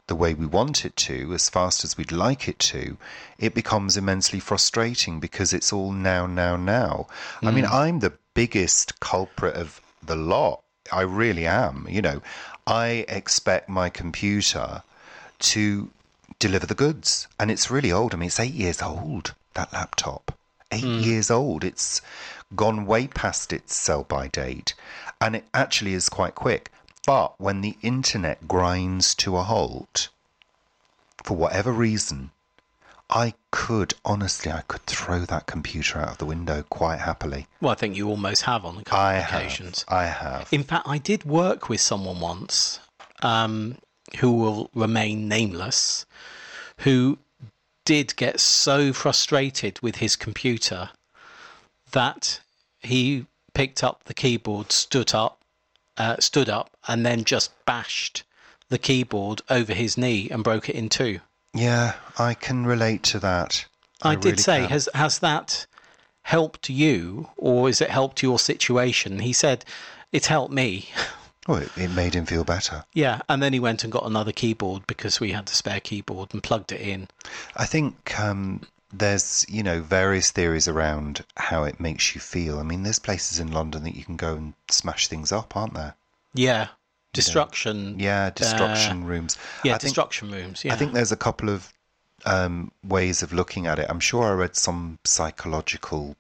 [SPEAKER 1] the way we want it to, as fast as we'd like it to, it becomes immensely frustrating because it's all now, now, now. I mean, I'm the biggest culprit of the lot. I really am. You know, I expect my computer to deliver the goods. And it's really old. I mean, it's eight years old, that laptop. Eight
[SPEAKER 2] Hmm.
[SPEAKER 1] years old. It's gone way past its sell by date. And it actually is quite quick. But when the internet grinds to a halt, for whatever reason, I could, honestly, I could throw that computer out of the window quite happily.
[SPEAKER 2] Well, I think you almost have on a couple
[SPEAKER 1] I
[SPEAKER 2] of
[SPEAKER 1] have.
[SPEAKER 2] occasions.
[SPEAKER 1] I have.
[SPEAKER 2] In fact, I did work with someone once um, who will remain nameless, who did get so frustrated with his computer that he picked up the keyboard, stood up, uh, stood up, and then just bashed the keyboard over his knee and broke it in two.
[SPEAKER 1] Yeah, I can relate to that.
[SPEAKER 2] I, did
[SPEAKER 1] really
[SPEAKER 2] say,
[SPEAKER 1] can.
[SPEAKER 2] has has that helped you, or has it helped your situation? He said, it's helped me.
[SPEAKER 1] Well, Oh, it, it made him feel better.
[SPEAKER 2] Yeah, and then he went and got another keyboard because we had the spare keyboard and plugged it in.
[SPEAKER 1] I think um, there's, you know, various theories around how it makes you feel. I mean, there's places in London that you can go and smash things up, aren't there?
[SPEAKER 2] Yeah, destruction.
[SPEAKER 1] Yeah, destruction rooms.
[SPEAKER 2] yeah,
[SPEAKER 1] I think,
[SPEAKER 2] destruction rooms. Yeah,
[SPEAKER 1] I think there's a couple of um, ways of looking at it. I'm sure I read some psychological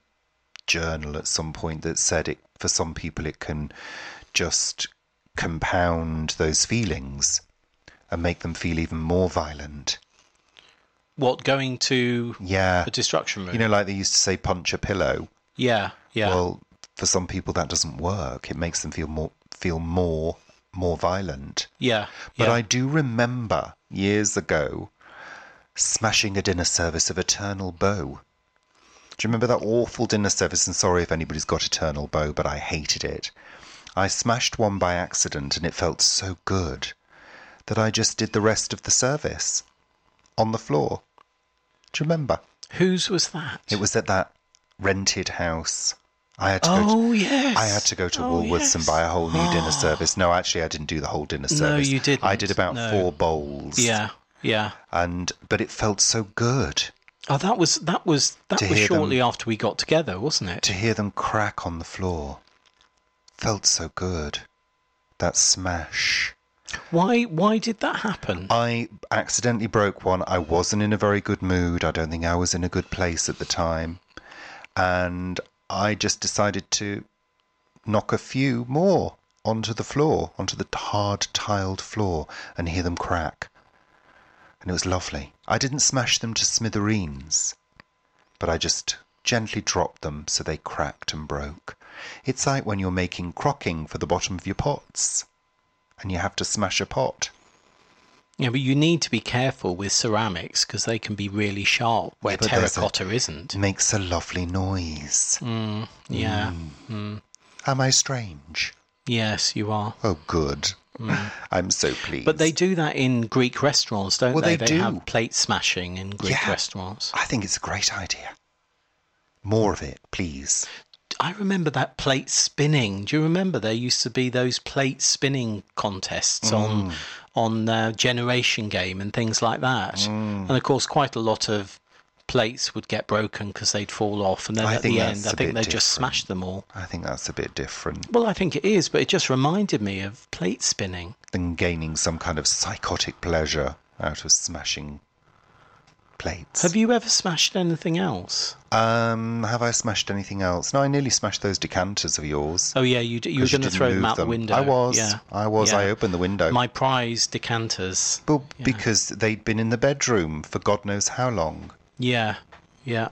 [SPEAKER 1] journal at some point that said it for some people it can just compound those feelings and make them feel even more violent.
[SPEAKER 2] what going to
[SPEAKER 1] Yeah.
[SPEAKER 2] a destruction room?
[SPEAKER 1] You know, like they used to say, punch a pillow.
[SPEAKER 2] yeah, yeah,
[SPEAKER 1] Well, for some people that doesn't work. It makes them feel more feel more more violent.
[SPEAKER 2] yeah.
[SPEAKER 1] But
[SPEAKER 2] yeah.
[SPEAKER 1] I do remember years ago smashing a dinner service of Eternal Bow. Do you remember that awful dinner service? And sorry if anybody's got Eternal Bow, but I hated it. I smashed one by accident and it felt so good that I just did the rest of the service on the floor. Do you remember?
[SPEAKER 2] whose was that?
[SPEAKER 1] It was at that rented house. I had to go to
[SPEAKER 2] oh yes,
[SPEAKER 1] I had to go to
[SPEAKER 2] Oh,
[SPEAKER 1] Woolworths and
[SPEAKER 2] yes.
[SPEAKER 1] buy a whole new dinner service. No, actually, I didn't do the whole dinner service.
[SPEAKER 2] you didn't.
[SPEAKER 1] I did about
[SPEAKER 2] No.
[SPEAKER 1] four bowls.
[SPEAKER 2] Yeah, yeah.
[SPEAKER 1] And but it felt so good
[SPEAKER 2] Oh, that was that was that
[SPEAKER 1] To
[SPEAKER 2] was
[SPEAKER 1] hear them-
[SPEAKER 2] shortly after we got together, wasn't it?
[SPEAKER 1] to hear them crack on the floor. Felt so good. That smash.
[SPEAKER 2] Why why did that happen?
[SPEAKER 1] I accidentally broke one. I wasn't in a very good mood. I don't think I was in a good place at the time. And I just decided to knock a few more onto the floor, onto the hard tiled floor, and hear them crack. And it was lovely. I didn't smash them to smithereens, but I just gently dropped them so they cracked and broke. It's like when you're making crocking for the bottom of your pots and you have to smash a pot.
[SPEAKER 2] Yeah, but you need to be careful with ceramics because they can be really sharp where
[SPEAKER 1] but Mm. there's a-
[SPEAKER 2] terracotta isn't.
[SPEAKER 1] makes a lovely noise.
[SPEAKER 2] Yeah.
[SPEAKER 1] Am I strange?
[SPEAKER 2] Yes, you are.
[SPEAKER 1] Oh, good. I'm so pleased.
[SPEAKER 2] Mm. But they do that in Greek restaurants, don't
[SPEAKER 1] Well,
[SPEAKER 2] they?
[SPEAKER 1] they
[SPEAKER 2] They,
[SPEAKER 1] do.
[SPEAKER 2] have plate smashing in Greek
[SPEAKER 1] Yeah.
[SPEAKER 2] restaurants.
[SPEAKER 1] I think it's a great idea. More of it, please.
[SPEAKER 2] I remember that plate spinning. Do you remember there used to be those plate spinning contests
[SPEAKER 1] Mm.
[SPEAKER 2] on on uh, Generation Game and things like that?
[SPEAKER 1] Mm.
[SPEAKER 2] And of course, quite a lot of plates would get broken because they'd fall off, and then
[SPEAKER 1] I
[SPEAKER 2] at
[SPEAKER 1] think
[SPEAKER 2] the end,
[SPEAKER 1] that's
[SPEAKER 2] I
[SPEAKER 1] a
[SPEAKER 2] think
[SPEAKER 1] bit
[SPEAKER 2] they just
[SPEAKER 1] different.
[SPEAKER 2] smashed them all.
[SPEAKER 1] I think that's a bit different
[SPEAKER 2] Well, I think it is, but it just reminded me of plate spinning.
[SPEAKER 1] than gaining some kind of psychotic pleasure out of smashing plates.
[SPEAKER 2] Have you ever smashed anything else?
[SPEAKER 1] um, have I smashed anything else? No, I nearly smashed those decanters of yours.
[SPEAKER 2] Oh yeah, you d- you were
[SPEAKER 1] 'cause
[SPEAKER 2] going to
[SPEAKER 1] didn't
[SPEAKER 2] throw
[SPEAKER 1] move
[SPEAKER 2] them out the window.
[SPEAKER 1] I was.
[SPEAKER 2] Yeah.
[SPEAKER 1] I was. I
[SPEAKER 2] Yeah.
[SPEAKER 1] opened the window.
[SPEAKER 2] My prize decanters.
[SPEAKER 1] Well, because they'd been in the bedroom for God knows how long.
[SPEAKER 2] Yeah, yeah.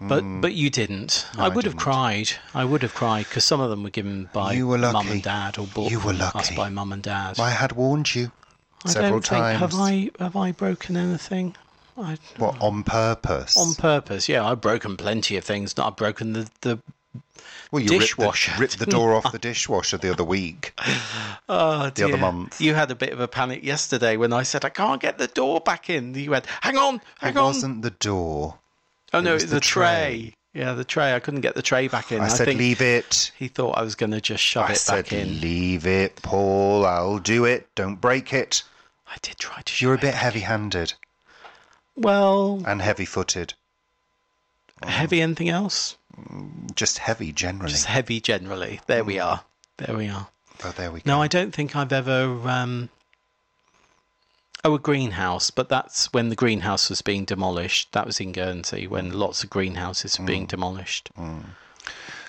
[SPEAKER 2] But but you didn't. I
[SPEAKER 1] Hmm. I
[SPEAKER 2] would have
[SPEAKER 1] didn't.
[SPEAKER 2] cried. I would have cried because some of them were given by
[SPEAKER 1] You were
[SPEAKER 2] mum
[SPEAKER 1] lucky.
[SPEAKER 2] and dad or bought
[SPEAKER 1] You were
[SPEAKER 2] from us
[SPEAKER 1] lucky.
[SPEAKER 2] by mum and dad.
[SPEAKER 1] I had warned you
[SPEAKER 2] I
[SPEAKER 1] several
[SPEAKER 2] don't think
[SPEAKER 1] times.
[SPEAKER 2] have I have I broken anything. I,
[SPEAKER 1] What on purpose?
[SPEAKER 2] on purpose, yeah, I've broken plenty of things. I've broken the, the
[SPEAKER 1] well, you
[SPEAKER 2] dishwasher,
[SPEAKER 1] Ripped the, ripped the door off the dishwasher the other week.
[SPEAKER 2] Oh,
[SPEAKER 1] other
[SPEAKER 2] dear.
[SPEAKER 1] month.
[SPEAKER 2] You had a bit of a panic yesterday when I said I can't get the door back in. You went, hang on, hang
[SPEAKER 1] It
[SPEAKER 2] on.
[SPEAKER 1] wasn't the door.
[SPEAKER 2] oh no,
[SPEAKER 1] was
[SPEAKER 2] it's
[SPEAKER 1] the
[SPEAKER 2] the tray.
[SPEAKER 1] tray.
[SPEAKER 2] Yeah, the tray. I couldn't get the tray back in.
[SPEAKER 1] I, said,
[SPEAKER 2] think
[SPEAKER 1] leave it.
[SPEAKER 2] He thought I was going to just shove
[SPEAKER 1] I
[SPEAKER 2] it
[SPEAKER 1] said,
[SPEAKER 2] back in.
[SPEAKER 1] leave it, Paul. I'll do it. Don't break it.
[SPEAKER 2] I did try to shove
[SPEAKER 1] You're a
[SPEAKER 2] it
[SPEAKER 1] bit
[SPEAKER 2] back
[SPEAKER 1] heavy handed
[SPEAKER 2] in. Well,
[SPEAKER 1] and heavy footed. Oh.
[SPEAKER 2] heavy anything else?
[SPEAKER 1] Just heavy generally.
[SPEAKER 2] Just heavy generally. There
[SPEAKER 1] Mm.
[SPEAKER 2] we are. There we are.
[SPEAKER 1] But there we go.
[SPEAKER 2] No, I don't think I've ever. Um, oh, a greenhouse, but that's when the greenhouse was being demolished. That was in Guernsey when lots of greenhouses were
[SPEAKER 1] Mm.
[SPEAKER 2] being demolished.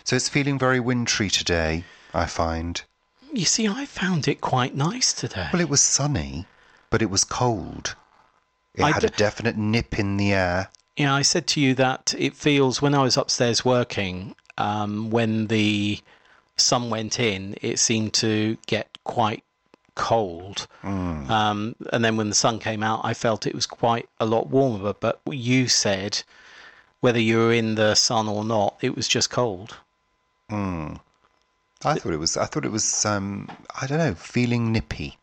[SPEAKER 1] So it's feeling very wintry today, I find.
[SPEAKER 2] You see, I found it quite nice today.
[SPEAKER 1] Well, it was sunny, but it was cold. It
[SPEAKER 2] I
[SPEAKER 1] had
[SPEAKER 2] d-
[SPEAKER 1] a definite nip in the air.
[SPEAKER 2] Yeah, I said to you that it feels when I was upstairs working, um, when the sun went in, it seemed to get quite cold. Um, and then when the sun came out, I felt it was quite a lot warmer. But you said whether you were in the sun or not, it was just cold.
[SPEAKER 1] I thought it was. I thought it was. Um, I don't know. Feeling nippy.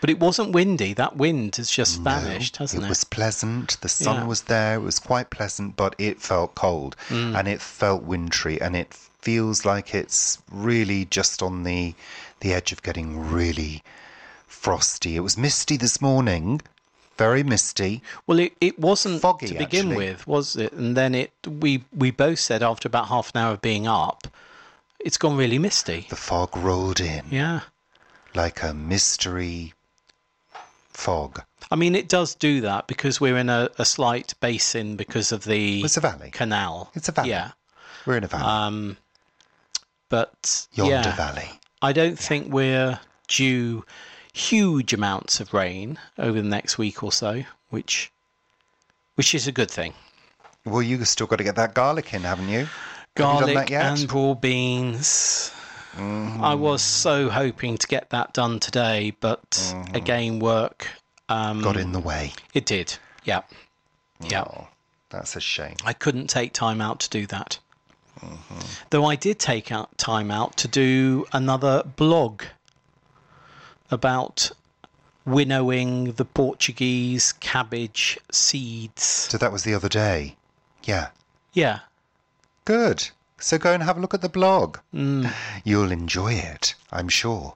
[SPEAKER 2] But it wasn't windy. That wind has just vanished, hasn't it?
[SPEAKER 1] It was pleasant. The sun
[SPEAKER 2] Yeah.
[SPEAKER 1] was there. It was quite pleasant, but it felt cold
[SPEAKER 2] Mm.
[SPEAKER 1] and it felt wintry, and it feels like it's really just on the the edge of getting really frosty. It was misty this morning, very misty.
[SPEAKER 2] Well, it, it wasn't
[SPEAKER 1] Foggy,
[SPEAKER 2] to begin
[SPEAKER 1] actually.
[SPEAKER 2] with, was it? And then it we we both said after about half an hour of being up, it's gone really misty.
[SPEAKER 1] The fog rolled in
[SPEAKER 2] Yeah,
[SPEAKER 1] like a mystery fog.
[SPEAKER 2] I mean it does do that because we're in a, a slight basin because of the
[SPEAKER 1] It's a valley.
[SPEAKER 2] canal.
[SPEAKER 1] It's a valley.
[SPEAKER 2] Yeah,
[SPEAKER 1] We're in a valley.
[SPEAKER 2] um, but
[SPEAKER 1] Yonder
[SPEAKER 2] yeah,
[SPEAKER 1] valley.
[SPEAKER 2] I don't think we're due huge amounts of rain over the next week or so, which which is a good thing.
[SPEAKER 1] Well, you still got to get that garlic in, haven't you? done
[SPEAKER 2] garlic
[SPEAKER 1] that yet? Mm-hmm.
[SPEAKER 2] and raw beans. I was so hoping to get that done today, but
[SPEAKER 1] Mm-hmm.
[SPEAKER 2] again, work. Um,
[SPEAKER 1] Got in the way.
[SPEAKER 2] It did. Yeah. Yeah.
[SPEAKER 1] Oh, that's a shame.
[SPEAKER 2] I couldn't take time out to do that.
[SPEAKER 1] Mm-hmm.
[SPEAKER 2] Though I did take out time out to do another blog about winnowing the Portuguese cabbage seeds.
[SPEAKER 1] So that was the other day. Yeah.
[SPEAKER 2] Yeah.
[SPEAKER 1] Good. So go and have a look at the blog. You'll enjoy it, I'm sure.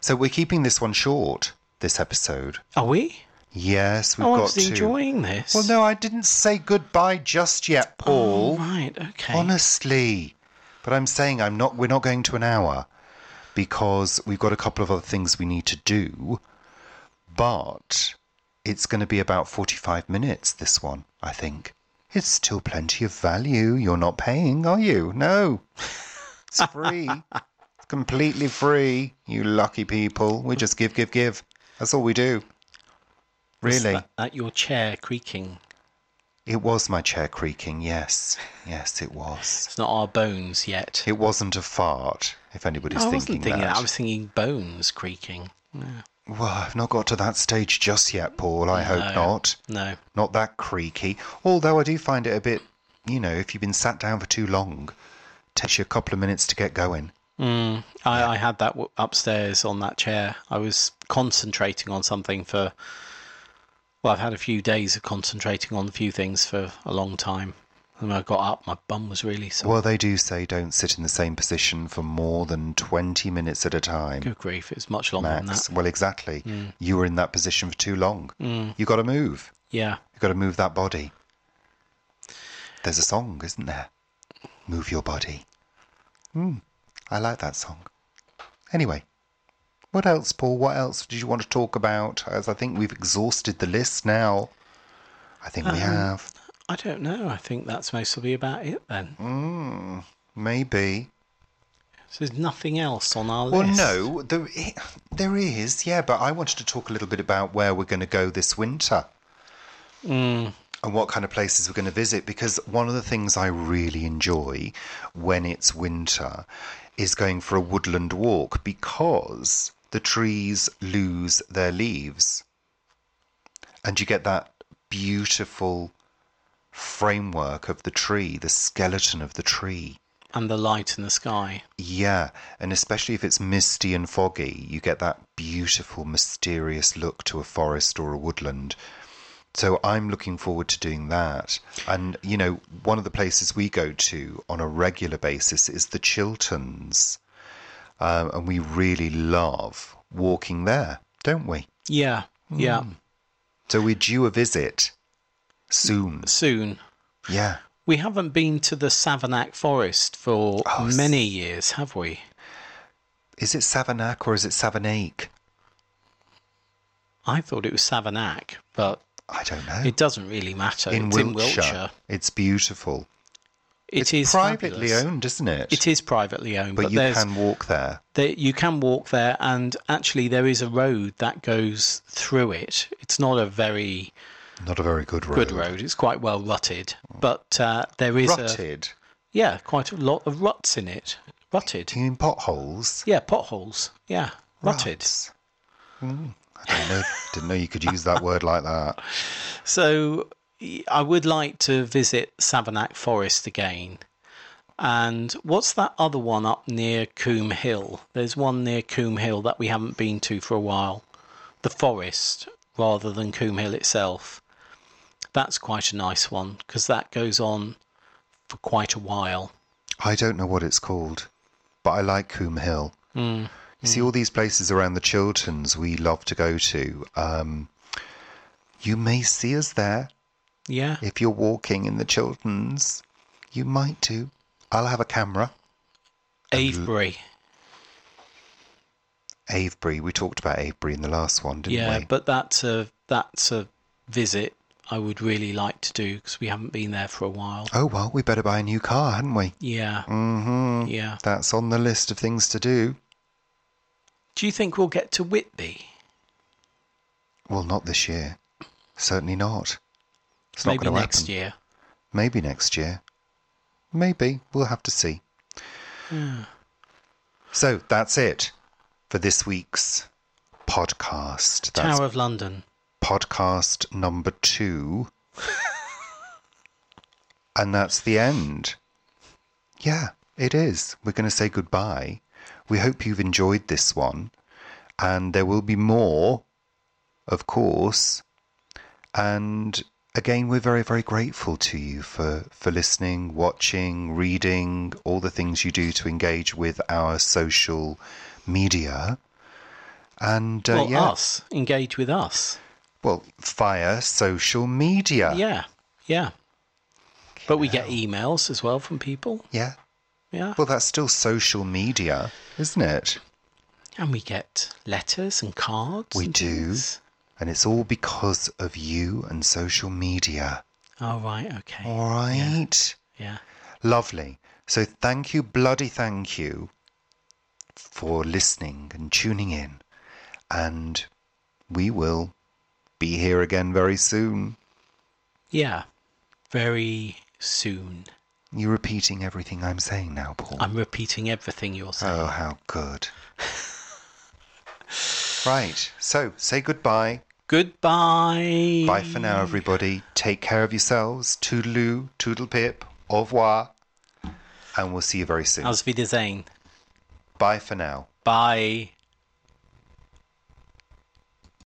[SPEAKER 1] So we're keeping this one short, this episode.
[SPEAKER 2] Are we?
[SPEAKER 1] Yes, we've
[SPEAKER 2] Oh, I
[SPEAKER 1] got
[SPEAKER 2] was
[SPEAKER 1] to.
[SPEAKER 2] enjoying this.
[SPEAKER 1] Well, no, I didn't say goodbye just yet, Paul.
[SPEAKER 2] Right. Okay.
[SPEAKER 1] Honestly. But I'm saying I'm not we're not going to an hour because we've got a couple of other things we need to do. But it's going to be about 45 minutes this one, I think. It's still plenty of value. You're not paying, are you? No. It's free. it's completely free. You lucky people. We just give give give. That's all we do.
[SPEAKER 2] Was
[SPEAKER 1] Really.
[SPEAKER 2] That, that your chair creaking.
[SPEAKER 1] It was my chair creaking. Yes. Yes, it was.
[SPEAKER 2] It's not our bones yet.
[SPEAKER 1] It wasn't a fart, if anybody's
[SPEAKER 2] I
[SPEAKER 1] thinking,
[SPEAKER 2] wasn't thinking
[SPEAKER 1] that.
[SPEAKER 2] that. I was thinking bones creaking.
[SPEAKER 1] Well, I've not got to that stage just yet, Paul. I hope
[SPEAKER 2] No.
[SPEAKER 1] not.
[SPEAKER 2] No.
[SPEAKER 1] Not that creaky. Although I do find it a bit, you know, if you've been sat down for too long, takes you a couple of minutes to get going.
[SPEAKER 2] I, I had that w- upstairs on that chair. I was concentrating on something for. Well, I've had a few days of concentrating on a few things for a long time. And when I got up, my bum was really sore.
[SPEAKER 1] Well, they do say don't sit in the same position for more than 20 minutes at a time.
[SPEAKER 2] Good grief, it was much longer than that. Mm.
[SPEAKER 1] Max. Well, exactly. You were in that position for too long. you got to move.
[SPEAKER 2] Yeah.
[SPEAKER 1] You've got to move that body. There's a song, isn't there? Move your body. Hmm. I like that song. Anyway, what else, Paul? What else did you want to talk about? As I think we've exhausted the list now. I think we have.
[SPEAKER 2] I don't know. I think that's mostly about it then.
[SPEAKER 1] Mm. Maybe.
[SPEAKER 2] So there's nothing else on our
[SPEAKER 1] Well,
[SPEAKER 2] list.
[SPEAKER 1] no, there, i- there is, yeah, but I wanted to talk a little bit about where we're going to go this winter and what kind of places we're going to visit because one of the things I really enjoy when it's winter is going for a woodland walk because the trees lose their leaves and you get that beautiful framework of the tree, the skeleton of the tree.
[SPEAKER 2] And the light in the sky.
[SPEAKER 1] Yeah, and especially if it's misty and foggy, you get that beautiful, mysterious look to a forest or a woodland So I'm looking forward to doing that. And, you know, one of the places we go to on a regular basis is the Chilterns. Um, and we really love walking there, don't we?
[SPEAKER 2] Yeah. Yeah.
[SPEAKER 1] Mm. So we're due a visit soon.
[SPEAKER 2] Soon.
[SPEAKER 1] Yeah.
[SPEAKER 2] We haven't been to the Savanac Forest for
[SPEAKER 1] Oh, s-
[SPEAKER 2] many years, have we?
[SPEAKER 1] Is it Savanac or is it Savanac?
[SPEAKER 2] I thought it was Savanac, but
[SPEAKER 1] I don't know.
[SPEAKER 2] it doesn't really matter.
[SPEAKER 1] in,
[SPEAKER 2] it's
[SPEAKER 1] Wiltshire.
[SPEAKER 2] in Wiltshire.
[SPEAKER 1] It's beautiful.
[SPEAKER 2] It
[SPEAKER 1] it's
[SPEAKER 2] is
[SPEAKER 1] privately
[SPEAKER 2] fabulous.
[SPEAKER 1] owned, isn't it?
[SPEAKER 2] It is privately owned,
[SPEAKER 1] but,
[SPEAKER 2] but,
[SPEAKER 1] you
[SPEAKER 2] there's
[SPEAKER 1] can walk there.
[SPEAKER 2] there, you can walk there, and actually there is a road that goes through it. It's not a very
[SPEAKER 1] Not a very good road.
[SPEAKER 2] good road; it's quite well rutted, but uh, there is a
[SPEAKER 1] Rutted.
[SPEAKER 2] yeah, quite a lot of ruts in it. Rutted,
[SPEAKER 1] Do you mean potholes?
[SPEAKER 2] yeah, potholes, yeah, rutted.
[SPEAKER 1] Ruts. Mm, I didn't know, didn't know you could use that word like that.
[SPEAKER 2] So y- I would like to visit Savanac Forest again. And what's that other one up near Coombe Hill? There's one near Coombe Hill that we haven't been to for a while. The forest rather than Coombe Hill itself. That's quite a nice one because that goes on for quite a while.
[SPEAKER 1] I don't know what it's called, but I like Coombe Hill.
[SPEAKER 2] Hmm.
[SPEAKER 1] You see, all these places around the Chilterns we love to go to. Um, you may see us there
[SPEAKER 2] Yeah.
[SPEAKER 1] if you're walking in the Chilterns. You might do. I'll have a camera.
[SPEAKER 2] Avebury.
[SPEAKER 1] Avebury. We talked about Avebury in the last one, didn't
[SPEAKER 2] Yeah,
[SPEAKER 1] we?
[SPEAKER 2] but that's a that's a visit I would really like to do because we haven't been there for a while.
[SPEAKER 1] Oh well, we better buy a new car, hadn't we?
[SPEAKER 2] Yeah.
[SPEAKER 1] hmm
[SPEAKER 2] Yeah.
[SPEAKER 1] That's on the list of things to do.
[SPEAKER 2] Do you think we'll get to Whitby?
[SPEAKER 1] Well, not this year. Certainly not. It's not
[SPEAKER 2] Maybe
[SPEAKER 1] going to
[SPEAKER 2] next
[SPEAKER 1] happen.
[SPEAKER 2] year.
[SPEAKER 1] Maybe next year. Maybe. We'll have to see.
[SPEAKER 2] Hmm.
[SPEAKER 1] So that's it for this week's podcast. That's
[SPEAKER 2] Tower of London.
[SPEAKER 1] podcast number two. and that's the end. Yeah, it is. We're going to say goodbye. We hope you've enjoyed this one. And there will be more, of course. And again, we're very, very grateful to you for, for listening, watching, reading, all the things you do to engage with our social media. And uh,
[SPEAKER 2] well,
[SPEAKER 1] yeah.
[SPEAKER 2] us. Engage with us.
[SPEAKER 1] Well, via social media.
[SPEAKER 2] Yeah. Yeah. But we get emails as well from people.
[SPEAKER 1] Yeah.
[SPEAKER 2] Yeah.
[SPEAKER 1] Well, that's still social media, isn't it?
[SPEAKER 2] and we get letters and cards.
[SPEAKER 1] We
[SPEAKER 2] and
[SPEAKER 1] do.
[SPEAKER 2] things.
[SPEAKER 1] And it's all because of you and social media.
[SPEAKER 2] Oh, right. Okay.
[SPEAKER 1] All right.
[SPEAKER 2] Yeah.
[SPEAKER 1] Lovely. So thank you, bloody thank you, for listening and tuning in. And we will be here again very soon.
[SPEAKER 2] Yeah. Very soon.
[SPEAKER 1] You're repeating everything I'm saying now, Paul.
[SPEAKER 2] I'm repeating everything you're saying.
[SPEAKER 1] Oh, how good. right. So say goodbye.
[SPEAKER 2] Goodbye.
[SPEAKER 1] Bye for now, everybody. Take care of yourselves. Toodaloo, toodle pip, au revoir. And we'll see you very soon.
[SPEAKER 2] Auf Wiedersehen.
[SPEAKER 1] Bye for now.
[SPEAKER 2] Bye.